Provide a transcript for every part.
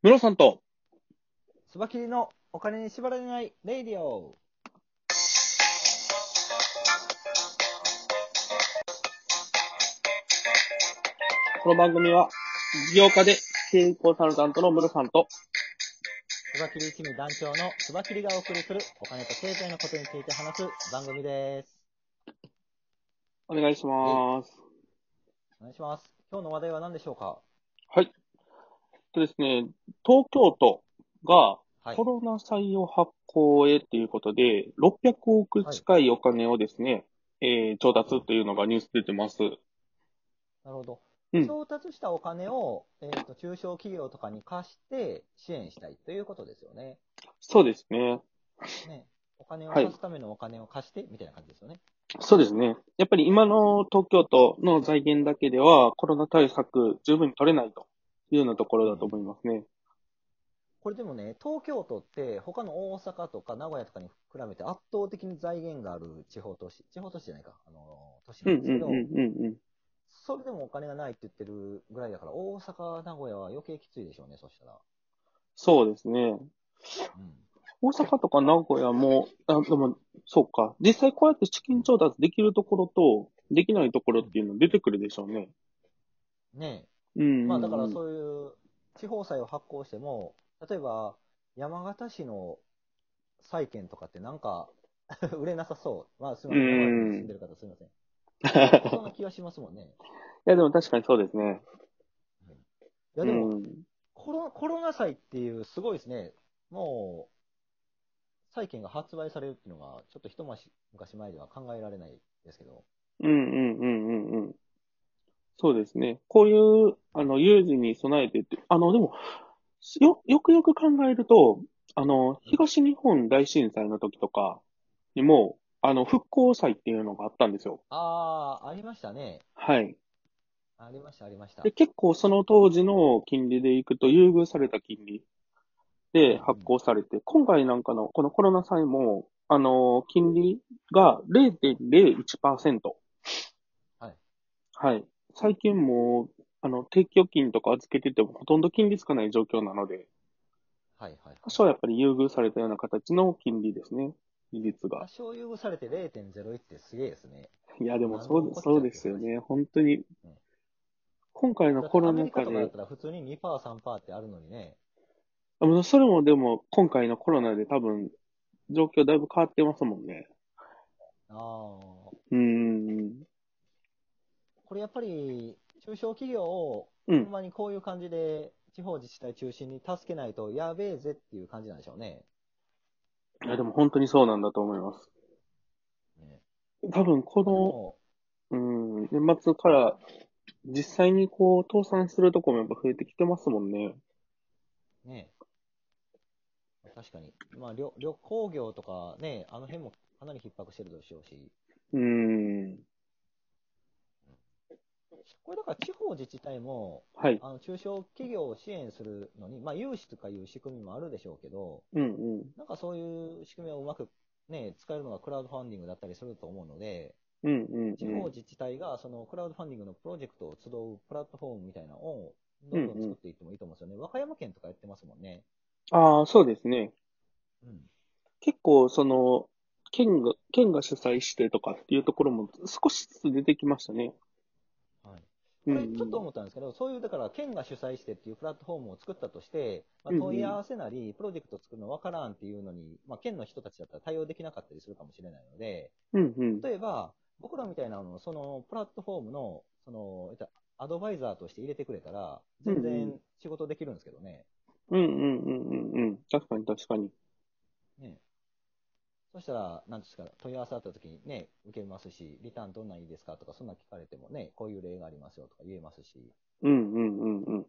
ムロさんと、スバキリのお金に縛られないレイディオ。この番組は、事業家で経営コンサルタントのムロさんと、スバキリ一味団長のスバキリがお送りするお金と経済のことについて話す番組です。お願いします。お願いします。今日の話題は何でしょうかはい。えっとですね、東京都がはいコ。ロナ債を発行へということで、600億近いお金をですね、えー調達というのがニュース出てます。なるほどうん。調達したお金を、えー、と中小企業とかに貸して支援したいということですよね。そうですね。ねお金をはい貸すためのお金を貸してみたいな感じですよね。そうですね。やっぱり今の東京都の財源だけではコロナ対策十分に取れないというようなところだと思いますね。これでもね、東京都って他の大阪とか名古屋とかに比べて圧倒的に財源がある地方都市、地方都市じゃないか、あの都市うなんんですけうんど、うんうんうん。それでもお金がないって言ってるぐらいだから、大阪、名古屋は余計きついでしょうね、そしたら。そうですね。うん、大阪とか名古屋も、あ、でも、そうか。実際こうやって資金調達できるところと、できないところっていうの出てくるでしょうね。ねうん、え、まあだからうそういう地方債を発行しても、例えば山形市の債券とかってなんか 売れなさそう。まあすみません、う名ん古屋に住んでる方すみません。ん。そんな気がしますもん ね。いや、でも確かにそうですね。いやでも、うん、コロコロナ債っていうすごいですね、もう債券が発売されるっていうのが、ちょっと一昔前では考えられないですけど。うん、うん、うん、うんうん。そうですね。こういう、あの、有事に備えてって、あの、でも、よ、よくよく考えると、あの、東日本大震災の時とかにも、あの、復興祭っていうのがあったんですよ。ああ、ありましたね。はい。ありました、ありました。で、結構その当時の金利でいくと優遇された金利で発行されて、今回なんかのこのコロナ債も、あの、金利が0.01%。はい。はい。最近もう、あの、定期預金とか預けててもほとんど金利つかない状況なので、はいはい。多少やっぱり優遇されたような形の金利ですね。利率多が。少優遇されて0.01ってすげえですね。いや、でもなるそほうどで、そうですよね。本当にうん。今回のだってコロアメナリカ禍とかだでっ、たら普通に2%、3%ってあるのにね。あのそれもでも、今回のコロナで多分、状況だいぶ変わってますもんね。ああ、こうーん。れやっぱり中小企業をうほんん。まにこういう感じで地方自治体中心に助けないとやべえぜっていう感じなんでしょうね。いや、でも本当にそうなんだと思います。ね多分、でこもの、うーん、年末から、実際にこう、倒産するとこもやっぱ増えてきてますもんね。ね確かに。まあ旅、旅行業とかね、あの辺もかなり逼迫してるでしょうし。うーん。これだから地方自治体も、はい。あの中小企業を支援するのに、まあ、融資とかいう仕組みもあるでしょうけど、うんうん。なんかそういう仕組みをうまく、ね、使えるのがクラウドファンディングだったりすると思うので、うんうん地方うん。自治体がそのクラウドファンディングのプロジェクトを集うプラットフォームみたいなのをどんどん作っていってもいいと思うんですよね、和歌山県とかやってますもんね。ああ、そうですね。うん、結構、その、県が、県が主催してとかっていうところも少しずつ出てきましたね。はい、うこんれちょっと思ったんですけど、そういうだから県が主催してっていうプラットフォームを作ったとして、まうあんうん問い合わせなり、プロジェクト作るの分からんっていうのに、まあ、県の人たちだったら対応できなかったりするかもしれないので、うんうん。例えば、僕らみたいなのをそのプラットフォームのその言ったらアドバイザーとして入れてくれたら、全うんう然仕事できるんですけどね。うんうんうんうんうん。確かに確かに。ねそしたら、なんですか、問い合わせあった時にね、受けますし、リターンどんなんいいですかとか、そんなん聞かれてもね、こういう例がありますよとか言えますし。うんうんうんうん。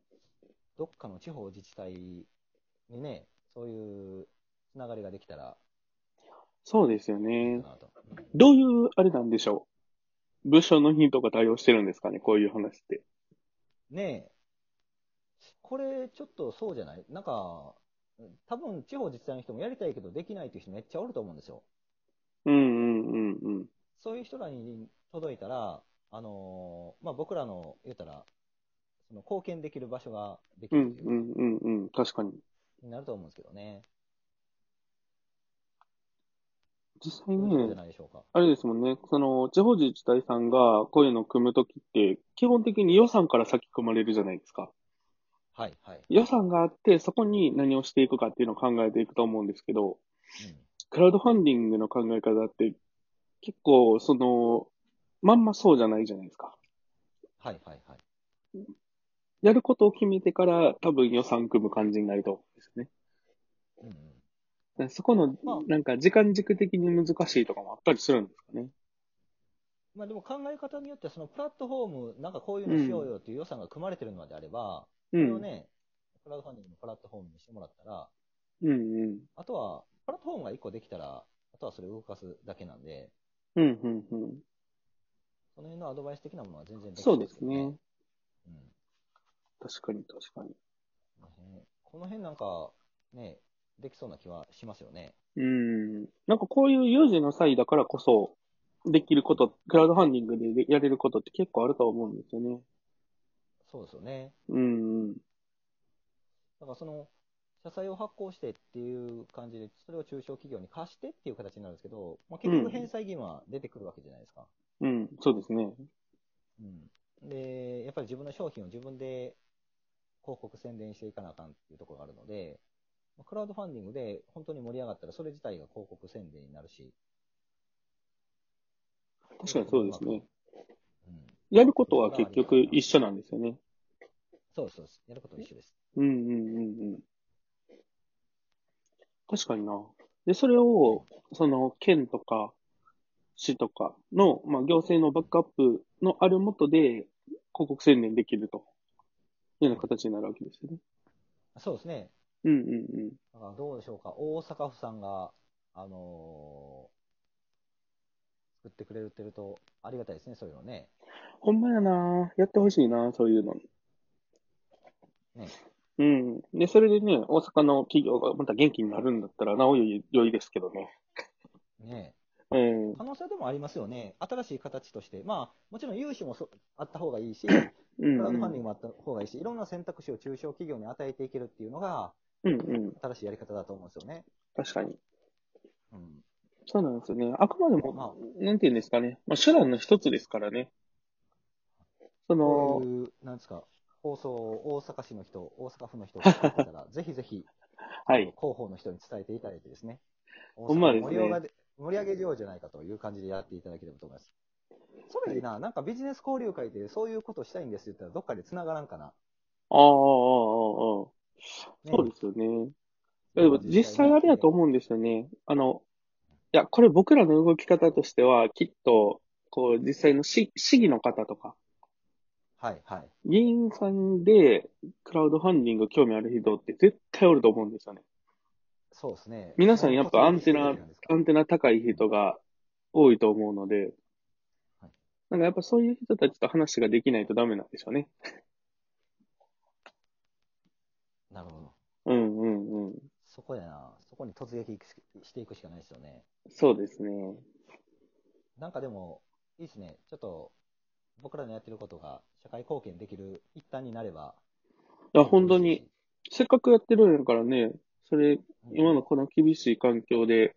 どっかの地方自治体にね、そういうつながりができたらそうですよいいねか。なと。どういう、あれなんでしょう。部署の人とか対応してるんですかね、こういう話って。ねえ、これちょっとそうじゃないなんか、多分地方自治体の人もやりたいけどできないっていう人めっちゃおると思うんですよ。うんうんうんうん。そういう人らに届いたら、あのーまあ、僕らの、言うたら、その貢献できる場所ができうるんというう、んうんうん。確かに。になると思うんですけどね。実際そういうことじゃね、ないでしょうか。あれですもんね、その、地方自治体さんがこういうのを組むときって、基本的に予算から先組まれるじゃないですか。はい、はい。予算があって、そこに何をしていくかっていうのを考えていくと思うんですけど、クラウドファンディングの考え方って、結構、その、まんまそうじゃないじゃないですか。うん。はい、はい、はい。やることを決めてから、多分予算組む感じになると思うんですよね。うんうんだからそこのまあ、なんか、時間軸的に難しいとかもあったりするんですかね。まあ、でも考え方によっては、そのプラットフォーム、なんかこういうのしようよっていう予算が組まれてるのであれば、うそれをん。ね、クラウドファンディングのプラットフォームにしてもらったら、うんうん。あとは、プラットフォームが1個できたら、あとはそれを動かすだけなんで、うんうんうん。その辺のアドバイス的なものは全然できそうでけすどね。。うん確かに確かに。この辺この辺なんか、ね、できそうな気はしますよね。うん。なんかこういう有事の際だからこそ、できること、クラウドファンディングでやれることって結構あると思うんですよね。そうですよね。うんうん。だからその、社債を発行してっていう感じで、それを中小企業に貸してっていう形になるんですけど、まあ、結う局ん返済義務は出てくるわけじゃないですか。うん、そうですね。うん。で、やっぱり自分の商品を自分で広告宣伝していかなあかんっていうところがあるので、まあクラウドファンディングで本当に盛り上がったら、それ自体が広告宣伝になるし。確かにそうですね。うん。やることは結局一緒なんですよね。そうですそうです。やることは一緒です。うんうんうんうん。確かにな。で、それを、その、県とか、市とかの、まあ、行政のバックアップのあるもとで、広告宣伝できるというような形になるわけですよね。そうですね。うんうんうん。だからどうでしょうか、大阪府さんが、あのー作ってくれるってると、ありがたいですね、そういうのね。ほんまやな。やってほしいな、そういうの。ねうん。で、それでね、大阪の企業がまた元気になるんだったら、なおよい良いですけどね。ねうん。可能性でもありますよね、新しい形として、まあ、もちろん融資もそあった方がいいし、クうん、ラウうドんファンディングもあった方がいいし、いろんな選択肢を中小企業に与えていけるっていうのが、うんうん。新しいやり方だと思うんですよね。確かに。うん、そうなんですよね。あくまでも、まなんていうんですかね。まあ、手段の一つですからね。そこのう、いう、なんですか、放送を大阪市の人、大阪府の人が聞いてたら、 ぜひぜひ、はい。広報の人に伝えていただいてですね、ほんまですね大阪を盛り上がで盛り上げようじゃないかという感じでやっていただければと思います。それいいな、なんかビジネス交流会でそういうことしたいんですって言ったら、どっかで繋がらんかな。ああ、ああ、ああ、ああ。そうですよね。でも実際あれやと思うんですよね。あの、いや、これ僕らの動き方としては、きっと、こう、実際の市市議の方とか、はいはい。議員さんで、クラウドファンディング興味ある人って絶対おると思うんですよね。そうですね。皆さんやっぱアンテナはいアンテナ高い人が多いと思うのではい、なんかやっぱそういう人たちと話ができないとダメなんでしょうね。なるほど。うんうんうん。そこやな。そこに突撃していくしかないですよね。そうですね。なんかでも、いいですね。ちょっと、僕らのやってることが社会貢献できる一端になれば。いや、本当に、。せっかくやってるんやからね、それ、今のこの厳しい環境で、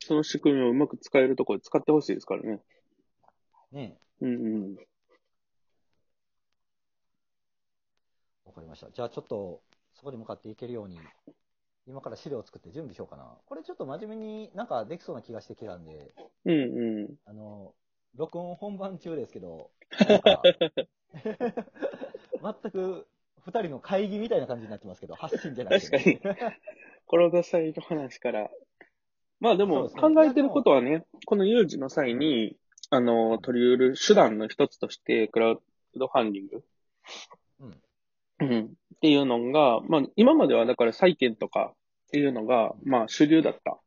その仕組みをうまく使えるところで使ってほしいですからね。ねうんうん。わかりました。じゃあちょっと、そこに向かっていけるように、今から資料を作って準備しようかな。これちょっと真面目になんかできそうな気がしてきたんで、うんうん。あの、録音本番中です けど、なんか全く二人の会議みたいな感じになってますけど、発信じゃなくて、確転際の話から。まあでも、そうですね考えてることはね、この有事の際に、あの、取り得る手段の一つとして、クラウドファンディング。うんうん。っていうのが、まあ、今まではだから債券とかっていうのが、まあ、主流だった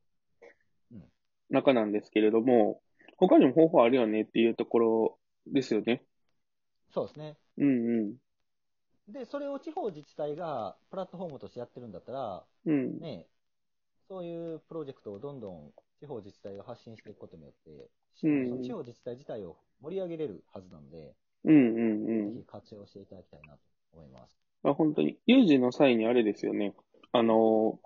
うん中なんですけれども、他にも方法あるよねっていうところですよね。そうですね。うんで、それを地方自治体がプラットフォームとしてやってるんだったら、うん。うん。ね、そういうプロジェクトをどんどん地方自治体が発信していくことによって、うんその地方自治体自体を盛り上げれるはずなので、うんうんうぜん。ひ活用していただきたいなと思います。まあ、本当に、有事の際にあれですよね。あの、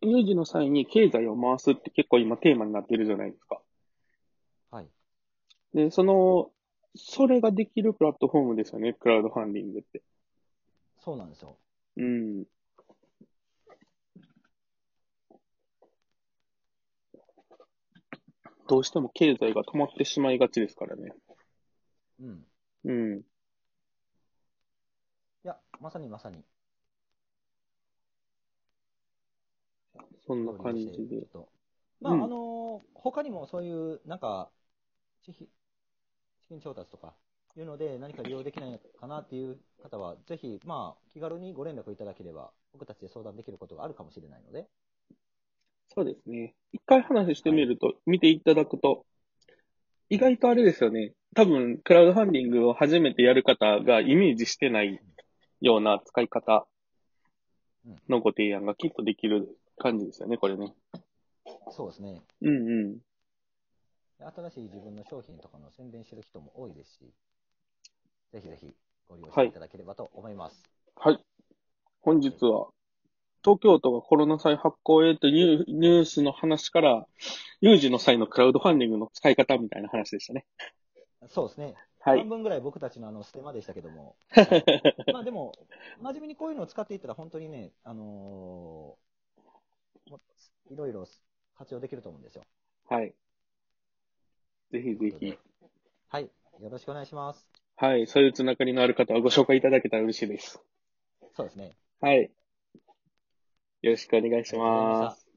有事の際に経済を回すって結構今テーマになってるじゃないですか。はい。で、その、それができるプラットフォームですよね、クラウドファンディングって。そうなんですよ。うん。どうしても経済が止まってしまいがちですからね。うん。うん。いや、まさにまさに。そんな感じで。ちょっと。まあ、うんあのー他にもそういう、なんか、資金資金調達とか、いうので、何か利用できないかなっていう方は、ぜひ、まあ、気軽にご連絡いただければ、僕たちで相談できることがあるかもしれないので、そうですね。一回話してみると、見ていただくと、意外とあれですよね。多分、クラウドファンディングを初めてやる方がイメージしてないような使い方のご提案がきっとできる感じですよね、これね。そうですね。うんうん。新しい自分の商品とかの宣伝してる人も多いですし、ぜひぜひご利用しはていいただければと思います。はい。本日は、東京都がコロナ債発行へというニュースの話から、有事の際のクラウドファンディングの使い方みたいな話でしたね。そうですね。はい半。分ぐらい僕たちのあのステマでしたけ ども、まあでも、真面目にこういうのを使っていったら、本当にね、あのーもういろいろ活用できると思うんですよ。はい。ぜひぜというひこ。とではい、よろしくお願いします。はい。そういうつながりのある方をご紹介いただけたら嬉しいです。そうですね。はい。よろしくお願いします。